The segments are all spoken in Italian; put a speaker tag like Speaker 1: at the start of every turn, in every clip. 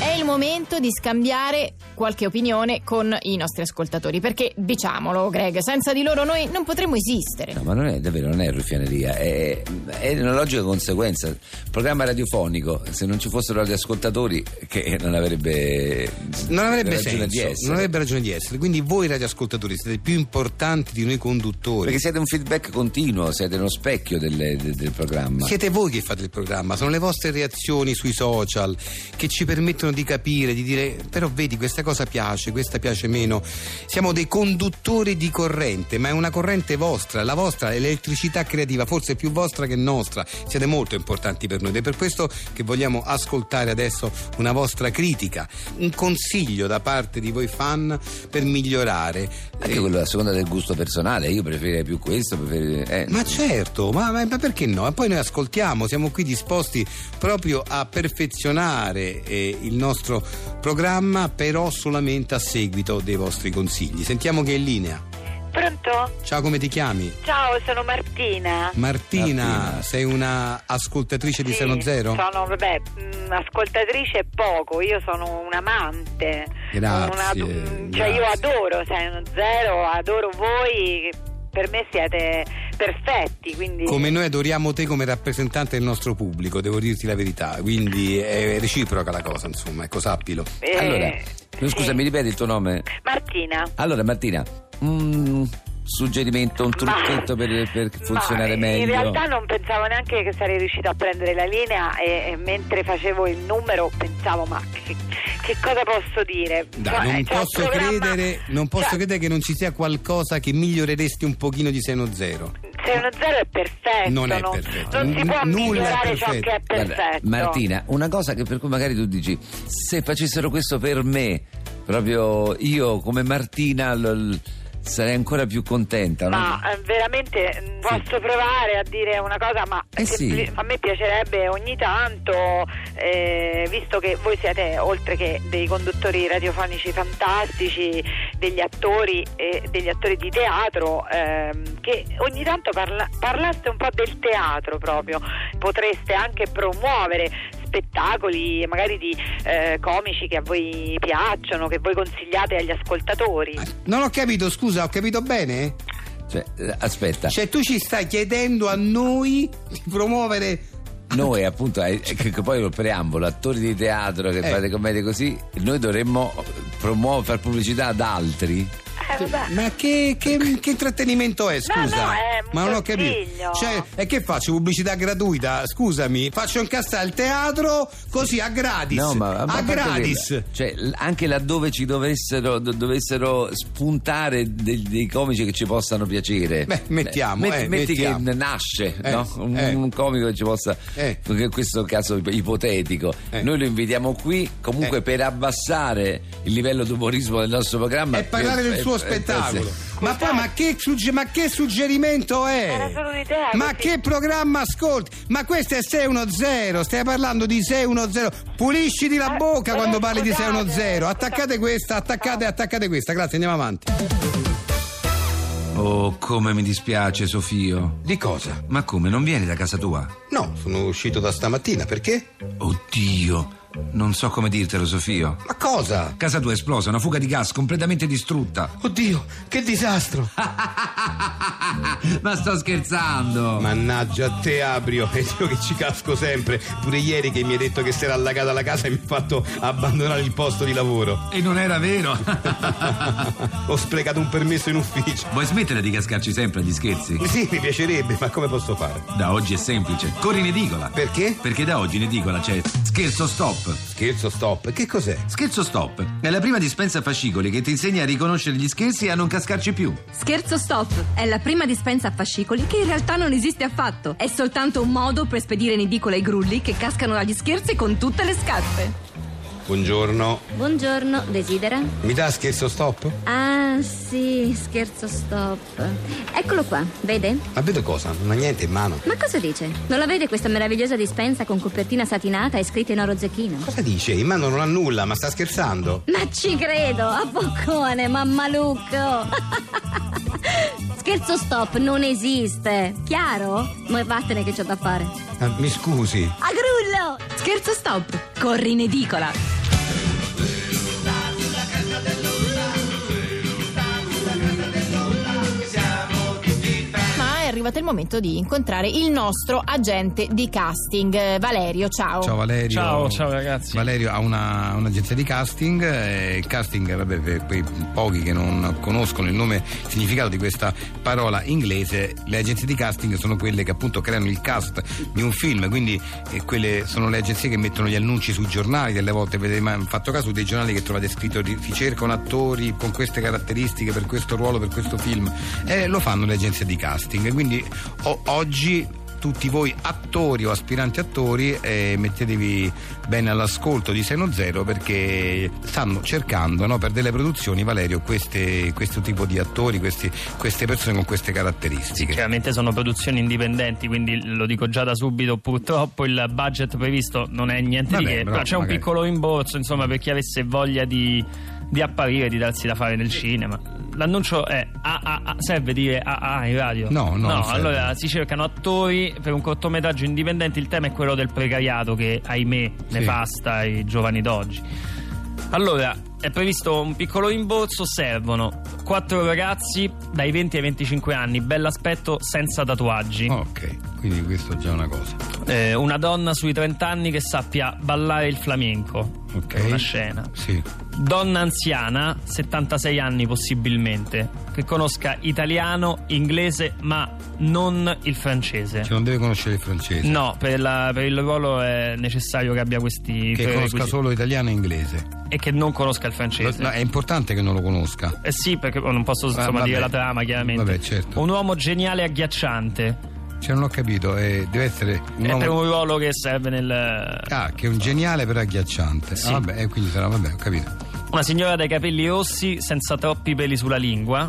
Speaker 1: È il momento di scambiare qualche opinione con i nostri ascoltatori, perché diciamolo, Greg, senza di loro noi non potremmo esistere.
Speaker 2: No, ma non è davvero, non è ruffianeria, è, è una logica conseguenza. Programma radiofonico, se non ci fossero gli ascoltatori, che non avrebbe,
Speaker 3: non avrebbe
Speaker 2: ragione
Speaker 3: senso,
Speaker 2: di essere.
Speaker 3: non avrebbe ragione di essere. Quindi voi radioascoltatori siete più importanti di noi conduttori.
Speaker 2: Perché siete un feedback continuo, siete uno specchio delle- de- del programma.
Speaker 3: Siete voi che fate il programma, sono le vostre reazioni sui social che ci permettono di capire, di dire però vedi questa cosa piace, questa piace meno. Siamo dei conduttori di corrente, ma è una corrente vostra, la vostra è l'elettricità creativa, forse più vostra che nostra. Siete molto importanti per noi ed è per questo che vogliamo ascoltare adesso una vostra critica, un consiglio da parte di voi fan per migliorare.
Speaker 2: Anche
Speaker 3: Eh,
Speaker 2: quello a seconda del gusto personale, io preferirei più questo, preferirei... eh.
Speaker 3: Ma certo, ma, ma- ma perché no? E poi noi ascoltiamo, siamo qui disposti proprio a perfezionare eh, il nostro programma, però solamente a seguito dei vostri consigli. Sentiamo che è in linea.
Speaker 4: Pronto?
Speaker 3: Ciao, come ti chiami?
Speaker 4: Ciao, sono Martina.
Speaker 3: Martina,
Speaker 2: Martina.
Speaker 3: sei una ascoltatrice di
Speaker 4: Sì,
Speaker 3: Seno Zero?
Speaker 4: Sono, vabbè, mh, ascoltatrice è poco, io sono un amante.
Speaker 3: Grazie,
Speaker 4: Una- mh,
Speaker 3: grazie.
Speaker 4: Cioè io adoro Seno Zero, adoro voi, per me siete perfetti, quindi...
Speaker 3: Come noi adoriamo te come rappresentante del nostro pubblico, devo dirti la verità, quindi è reciproca la cosa, insomma, ecco, sappilo.
Speaker 4: eh,
Speaker 2: Allora, no,
Speaker 4: sì.
Speaker 2: scusa, mi ripeti il tuo nome?
Speaker 4: Martina.
Speaker 2: Allora Martina, un suggerimento, un trucchetto
Speaker 4: Ma-
Speaker 2: per, per
Speaker 4: ma eh,
Speaker 2: funzionare meglio?
Speaker 4: In realtà non pensavo neanche che sarei riuscita a prendere la linea e, e mentre facevo il numero pensavo ma che, che cosa posso dire?
Speaker 3: Dai,
Speaker 4: Cioè,
Speaker 3: non,
Speaker 4: c'è un
Speaker 3: posso
Speaker 4: programma-
Speaker 3: credere, non posso
Speaker 4: cioè,
Speaker 3: credere che non ci sia qualcosa che miglioreresti un pochino di seno zero.
Speaker 4: Se uno zero è perfetto,
Speaker 3: Non è perfetto.
Speaker 4: non si
Speaker 3: N-
Speaker 4: può
Speaker 3: nulla è
Speaker 4: migliorare ciò che è
Speaker 2: Guarda,
Speaker 4: perfetto.
Speaker 2: Martina, una cosa che per cui magari tu dici, se facessero questo per me, proprio io come Martina l- l- sarei ancora più contenta. no?
Speaker 4: Ma eh, veramente mh, posso provare a dire una cosa, ma
Speaker 2: Eh
Speaker 4: sempli-
Speaker 2: sì.
Speaker 4: a me piacerebbe ogni tanto, eh, visto che voi siete oltre che dei conduttori radiofonici fantastici, degli attori e degli attori di teatro, ehm, che ogni tanto parla- parlaste un po' del teatro proprio, potreste anche promuovere spettacoli magari di eh, comici che a voi piacciono, che voi consigliate agli ascoltatori.
Speaker 3: Non ho capito, scusa, ho capito bene?
Speaker 2: Cioè, eh, aspetta,
Speaker 3: Cioè tu ci stai chiedendo a noi di promuovere...
Speaker 2: noi appunto, eh, che che poi lo preambolo, attori di teatro che
Speaker 3: Eh.
Speaker 2: fate commedie così, noi dovremmo promuovere, fare pubblicità ad altri?
Speaker 4: Eh, vabbè.
Speaker 3: Ma che, che- che intrattenimento è, scusa?
Speaker 4: no, è un
Speaker 3: Ma non ho
Speaker 4: consiglio.
Speaker 3: capito. Cioè, e che faccio? Pubblicità gratuita? Scusami, faccio incastrare il teatro così a gratis.
Speaker 2: a
Speaker 3: a
Speaker 2: parte
Speaker 3: gratis.
Speaker 2: quello, cioè, l- anche laddove ci dovessero, do- dovessero spuntare dei, dei comici che ci possano piacere.
Speaker 3: Beh, mettiamo,
Speaker 2: metti,
Speaker 3: eh,
Speaker 2: metti
Speaker 3: mettiamo.
Speaker 2: che nasce
Speaker 3: Eh,
Speaker 2: no? un,
Speaker 3: eh.
Speaker 2: un comico che ci possa,
Speaker 3: Eh.
Speaker 2: perché in questo caso ip- ipotetico,
Speaker 3: Eh.
Speaker 2: noi lo invitiamo qui comunque
Speaker 3: Eh.
Speaker 2: per abbassare il livello d'umorismo del nostro programma.
Speaker 3: E parlare del
Speaker 2: Eh,
Speaker 3: suo
Speaker 2: eh,
Speaker 3: spettacolo.
Speaker 2: eh, sì.
Speaker 3: Ma poi, ma che, sugge- ma che suggerimento è?
Speaker 4: Era solo un'idea,
Speaker 3: Ma
Speaker 4: così.
Speaker 3: che programma ascolti? Ma questo è 610, stai parlando di 610. Pulisciti la
Speaker 4: Eh,
Speaker 3: bocca
Speaker 4: eh,
Speaker 3: quando parli di
Speaker 4: scusate, Ah.
Speaker 3: 610. Attaccate
Speaker 4: scusate.
Speaker 3: questa, attaccate, attaccate questa. Grazie, andiamo avanti.
Speaker 2: eh.
Speaker 5: Oh, come mi dispiace, Sofio.
Speaker 3: Di cosa?
Speaker 5: Ma come, non vieni da casa tua?
Speaker 3: No, sono uscito da stamattina, perché?
Speaker 5: Oddio, non so come dirtelo, Sofio.
Speaker 3: Ma cosa?
Speaker 5: Casa tua è esplosa, una fuga di gas completamente distrutta.
Speaker 3: Oddio, che disastro!
Speaker 5: Ma sto scherzando.
Speaker 3: Mannaggia a te, Abrio, è io che ci casco sempre. Pure ieri che mi hai detto che si era allagata la casa e mi hai fatto abbandonare il posto di lavoro.
Speaker 5: E non era vero.
Speaker 3: Ho sprecato un permesso in ufficio.
Speaker 5: Vuoi smettere di cascarci sempre agli scherzi?
Speaker 3: Sì, mi piacerebbe, ma come posso fare?
Speaker 5: Da oggi è semplice. Corri in edicola.
Speaker 3: Perché?
Speaker 5: Perché da oggi in edicola c'è Scherzo Stop.
Speaker 3: Scherzo, stop. Che cos'è?
Speaker 5: Scherzo Stop è la prima dispensa fascicoli che ti insegna a riconoscere gli scherzi e a non cascarci più.
Speaker 6: Scherzo Stop è la prima dispensa a fascicoli che in realtà non esiste affatto. È soltanto un modo per spedire in edicola i grulli che cascano dagli scherzi con tutte le scarpe.
Speaker 3: Buongiorno.
Speaker 7: Buongiorno, desidera?
Speaker 3: Mi dà scherzo, stop?
Speaker 7: Ah, sì, scherzo stop. Eccolo qua, vede?
Speaker 3: Ma vedo cosa? Non ha niente in mano.
Speaker 7: Ma cosa dice? Non la vede questa meravigliosa dispensa con copertina satinata e scritta in oro zecchino?
Speaker 3: Cosa dice? In mano non ha nulla, ma sta scherzando.
Speaker 7: Ma ci credo, a boccone, mammalucco! scherzo stop non esiste, chiaro? Ma vattene che c'ho da fare.
Speaker 3: Ah, mi scusi.
Speaker 7: A grullo!
Speaker 6: Scherzo stop, corri in edicola.
Speaker 1: Ma è arrivato il momento di incontrare il nostro agente di casting, eh, Valerio. Ciao.
Speaker 3: Ciao Valerio.
Speaker 8: Ciao, ciao, ragazzi.
Speaker 3: Valerio ha una- un'agenzia di casting, eh, il casting vabbè, per quei pochi che non conoscono il nome il significato di questa parola inglese, le agenzie di casting sono quelle che appunto creano il cast di un film, quindi eh, quelle sono le agenzie che mettono gli annunci sui giornali, delle volte avete mai fatto caso dei giornali che trovate scritto "Ri- ricercano attori con queste caratteristiche per questo ruolo, per questo film, Eh, lo fanno le agenzie di casting, quindi o- oggi tutti voi attori o aspiranti attori eh, mettetevi bene all'ascolto di Seno Zero perché stanno cercando no, per delle produzioni Valerio queste- questo tipo di attori questi- queste persone con queste
Speaker 8: Sì, certo.
Speaker 3: caratteristiche
Speaker 8: chiaramente sono produzioni indipendenti, quindi lo dico già da subito, purtroppo il budget previsto non è niente
Speaker 3: Vabbè,
Speaker 8: di che,
Speaker 3: però
Speaker 8: però c'è un
Speaker 3: magari-
Speaker 8: piccolo rimborso, insomma, per chi avesse voglia di, di apparire, di darsi da fare nel cinema. L'annuncio è AAA, serve dire AA in radio?
Speaker 3: No, no, non serve.
Speaker 8: allora si cercano attori per un cortometraggio indipendente, il tema è quello del precariato che ahimè ne
Speaker 3: Sì.
Speaker 8: pasta i giovani d'oggi. Allora, è previsto un piccolo rimborso, servono quattro ragazzi dai 20 ai 25 anni, bell'aspetto, senza
Speaker 3: Oh.
Speaker 8: tatuaggi,
Speaker 3: ok quindi questo è già una cosa
Speaker 8: Eh, una donna sui 30 anni che sappia ballare il flamenco,
Speaker 3: Ok.
Speaker 8: per una scena,
Speaker 3: sì Cioè,
Speaker 8: donna anziana, 76 anni possibilmente, che conosca italiano, inglese, ma non il francese.
Speaker 3: che non deve conoscere il francese
Speaker 8: No, per, la- per il ruolo è necessario che abbia questi
Speaker 3: che conosca
Speaker 8: prerequisiti
Speaker 3: solo italiano e inglese
Speaker 8: e che non conosca il francese.
Speaker 3: Lo- no, è importante che non lo conosca
Speaker 8: Eh sì, perché non posso
Speaker 3: Ah,
Speaker 8: insomma,
Speaker 3: vabbè.
Speaker 8: dire la trama, chiaramente.
Speaker 3: Vabbè, certo.
Speaker 8: Un uomo geniale e agghiacciante.
Speaker 3: cioè non ho capito eh, deve essere un
Speaker 8: È
Speaker 3: uomo-
Speaker 8: per un ruolo che serve nel.
Speaker 3: ah che è un geniale però agghiacciante
Speaker 8: Sì.
Speaker 3: Ah, vabbè eh, quindi sarà vabbè ho capito
Speaker 8: Una signora dai capelli rossi, senza troppi peli sulla lingua.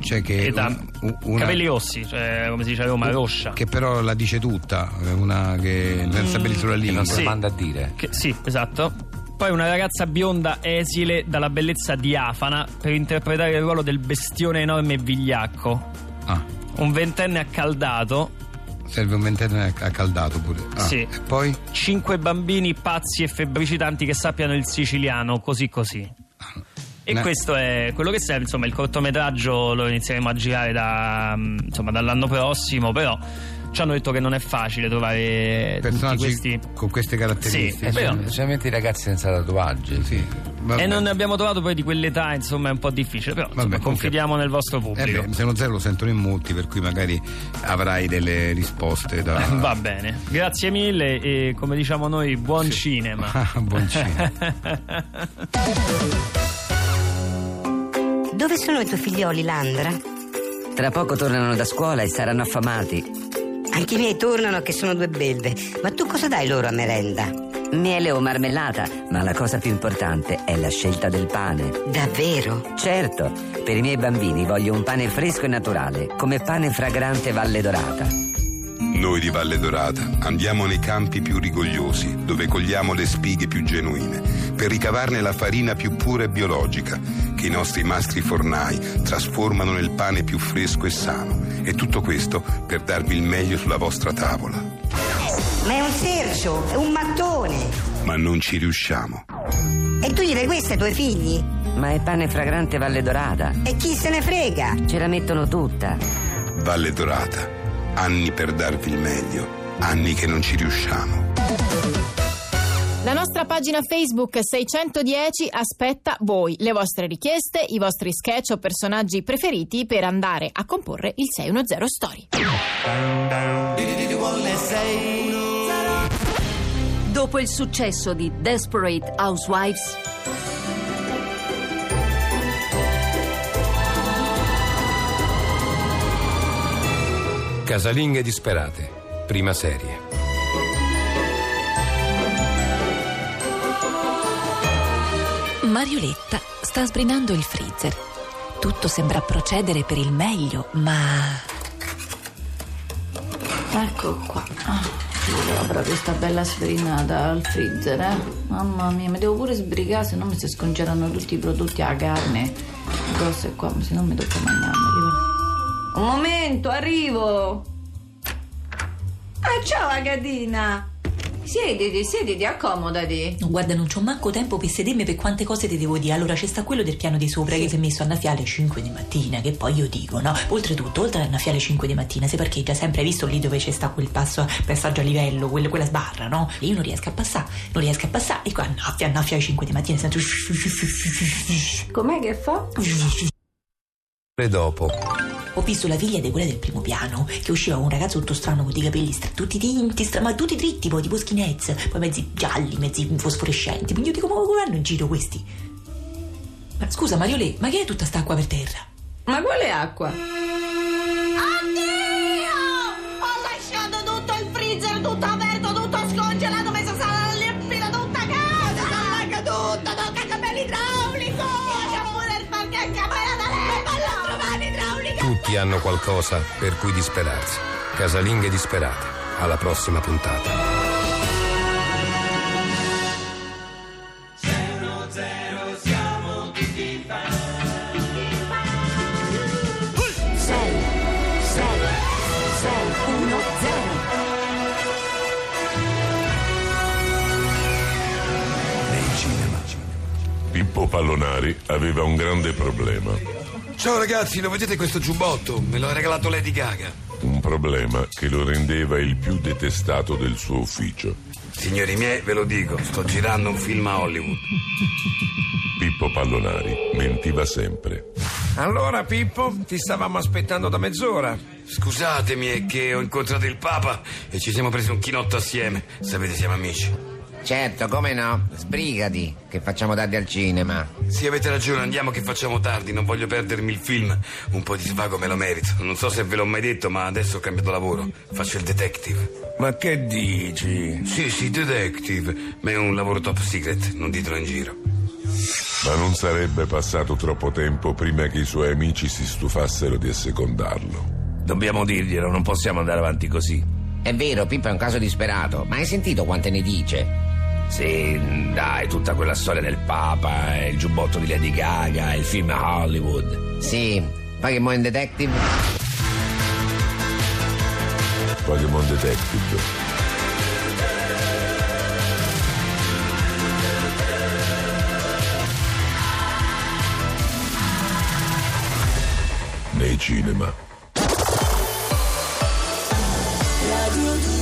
Speaker 3: cioè che
Speaker 8: Età-
Speaker 3: un- una-
Speaker 8: Capelli rossi, cioè come si dice a Roma, roscia.
Speaker 3: Che però la dice tutta, è una che
Speaker 8: Mm,
Speaker 3: senza peli sulla
Speaker 2: E
Speaker 3: lingua.
Speaker 2: non si
Speaker 8: Sì.
Speaker 2: manda a dire.
Speaker 8: Che- sì, esatto. Poi una ragazza bionda esile dalla bellezza diafana per interpretare il ruolo del bestione enorme e vigliacco.
Speaker 3: Ah,
Speaker 8: Un ventenne accaldato,
Speaker 3: serve un ventenne accaldato pure. Ah,
Speaker 8: Sì. Eh,
Speaker 3: E poi?
Speaker 8: cinque bambini pazzi e febbricitanti che sappiano il siciliano, così così. E
Speaker 3: Ne-
Speaker 8: questo è quello che serve, insomma il cortometraggio lo inizieremo a girare da, mm, insomma, dall'anno prossimo, però ci hanno detto che non è facile trovare tutti
Speaker 3: Personaggi
Speaker 8: questi...
Speaker 3: con queste caratteristiche.
Speaker 8: Sì, però-
Speaker 2: Specialmente i ragazzi senza tatuaggi.
Speaker 3: Sì, vabbè.
Speaker 8: E non ne abbiamo trovato poi di quell'età, insomma è un po' difficile, però insomma,
Speaker 3: Vabbè, comunque-
Speaker 8: confidiamo nel vostro
Speaker 3: Eh
Speaker 8: pubblico.
Speaker 3: beh, se non zero lo sentono in molti, per cui magari avrai delle risposte da.
Speaker 8: Va bene, grazie mille e come diciamo noi buon cinema.
Speaker 3: Ah, buon cinema.
Speaker 9: Dove sono i tuoi figlioli, Landra?
Speaker 10: Tra poco tornano da scuola e saranno affamati.
Speaker 9: Anche i miei tornano che sono due belve, ma tu cosa dai loro a merenda?
Speaker 10: Miele o marmellata, ma la cosa più importante è la scelta del pane.
Speaker 9: Davvero?
Speaker 10: Certo, per i miei bambini voglio un pane fresco e naturale, come pane fragrante Valle Dorata.
Speaker 11: Noi di Valle Dorata andiamo nei campi più rigogliosi, dove cogliamo le spighe più genuine, per ricavarne la farina più pura e biologica, che i nostri mastri fornai trasformano nel pane più fresco e sano. E tutto questo per darvi il meglio sulla vostra tavola.
Speaker 9: Ma è un sercio, è un mattone.
Speaker 11: Ma non ci riusciamo.
Speaker 9: E tu gli dai questo ai tuoi figli?
Speaker 10: Ma è pane fragrante Valle Dorata.
Speaker 9: E chi se ne frega?
Speaker 10: Ce la mettono tutta.
Speaker 11: Valle Dorata, anni per darvi il meglio, anni che non ci riusciamo.
Speaker 1: La nostra pagina Facebook 610 aspetta voi, le vostre richieste, i vostri sketch o personaggi preferiti per andare a comporre il 610 Story.
Speaker 6: Dopo il successo di Desperate Housewives,
Speaker 12: Casalinghe disperate, prima serie.
Speaker 13: Marioletta sta sbrinando il freezer. Tutto sembra procedere per il meglio, ma.
Speaker 10: Ecco qua. Avrò questa bella sferinata al freezer, eh? Mamma mia, mi devo pure sbrigare, se no mi si scongelano tutti i prodotti a carne. Cose qua, se no mi tocca mangiare.
Speaker 6: Un momento, arrivo! Ah, ciao Agatina!
Speaker 14: Siediti, siediti, accomodati.
Speaker 15: No, guarda, non c'ho manco tempo per sedermi per quante cose ti devo dire. Allora, c'è sta quello del piano di sopra che si è messo a annaffiare alle 5 di mattina, che poi io dico, no? Oltretutto, oltre a annaffiare alle 5 di mattina, si parcheggia sempre, hai visto lì dove c'è sta quel passo, passaggio a livello, quel- quella sbarra, no? E io non riesco a passare, non riesco a passare, e qua annaffia, annaffia alle 5 di mattina, sento...
Speaker 14: Com'è che fa?
Speaker 16: E dopo.
Speaker 15: Ho visto la figlia di quella del primo piano che usciva con un ragazzo tutto strano con dei capelli stra- tutti tinti, stra- ma tutti dritti poi, tipo skinheads, poi mezzi gialli, mezzi fosforescenti. Quindi io dico, ma come vanno in giro questi? Ma scusa Mariolè, ma che è tutta sta acqua per terra?
Speaker 14: Ma quale acqua?
Speaker 1: Addio! Ho lasciato tutto il freezer, tutto aperto, tutto scongelato, messa sala limpida, tutta casa! Salvaga tutto, tocca capelli idraulico! C'è pure il parcheggio, a camera da lei! Ma l'astrovani idraulica!
Speaker 16: Tutti hanno qualcosa per cui disperarsi. Casalinghe disperate. Alla prossima puntata.
Speaker 3: Pippo Pallonari aveva un grande problema.
Speaker 2: Ciao ragazzi, lo vedete questo giubbotto? Me l'ha regalato Lady Gaga.
Speaker 3: Un problema che lo rendeva il più detestato del suo ufficio.
Speaker 2: Signori miei, ve lo dico, sto girando un film a Hollywood.
Speaker 3: Pippo Pallonari mentiva sempre.
Speaker 2: Allora, Pippo, ti stavamo aspettando da mezz'ora. Scusatemi, è che ho incontrato il Papa e ci siamo presi un chinotto assieme. Sapete, siamo amici.
Speaker 17: Certo, come no? Sbrigati, che facciamo tardi al cinema.
Speaker 2: Sì, avete ragione, andiamo che facciamo tardi, non voglio perdermi il film. Un po' di svago me lo merito. Non so se ve l'ho mai detto, ma adesso ho cambiato lavoro. Faccio il detective. Ma che dici? Sì, sì, detective. Ma è un lavoro top secret, non ditelo in giro.
Speaker 3: Ma non sarebbe passato troppo tempo prima che i suoi amici si stufassero di assecondarlo.
Speaker 17: Dobbiamo dirglielo, non possiamo andare avanti così. È vero, Pippo è un caso disperato, ma hai sentito quante ne dice?
Speaker 2: Sì, dai, tutta quella storia del Papa, il giubbotto di Lady Gaga, il film a Hollywood.
Speaker 17: Sì, poi che mo' è un detective?
Speaker 3: Pokémon Detective. Nei cinema.
Speaker 1: Radio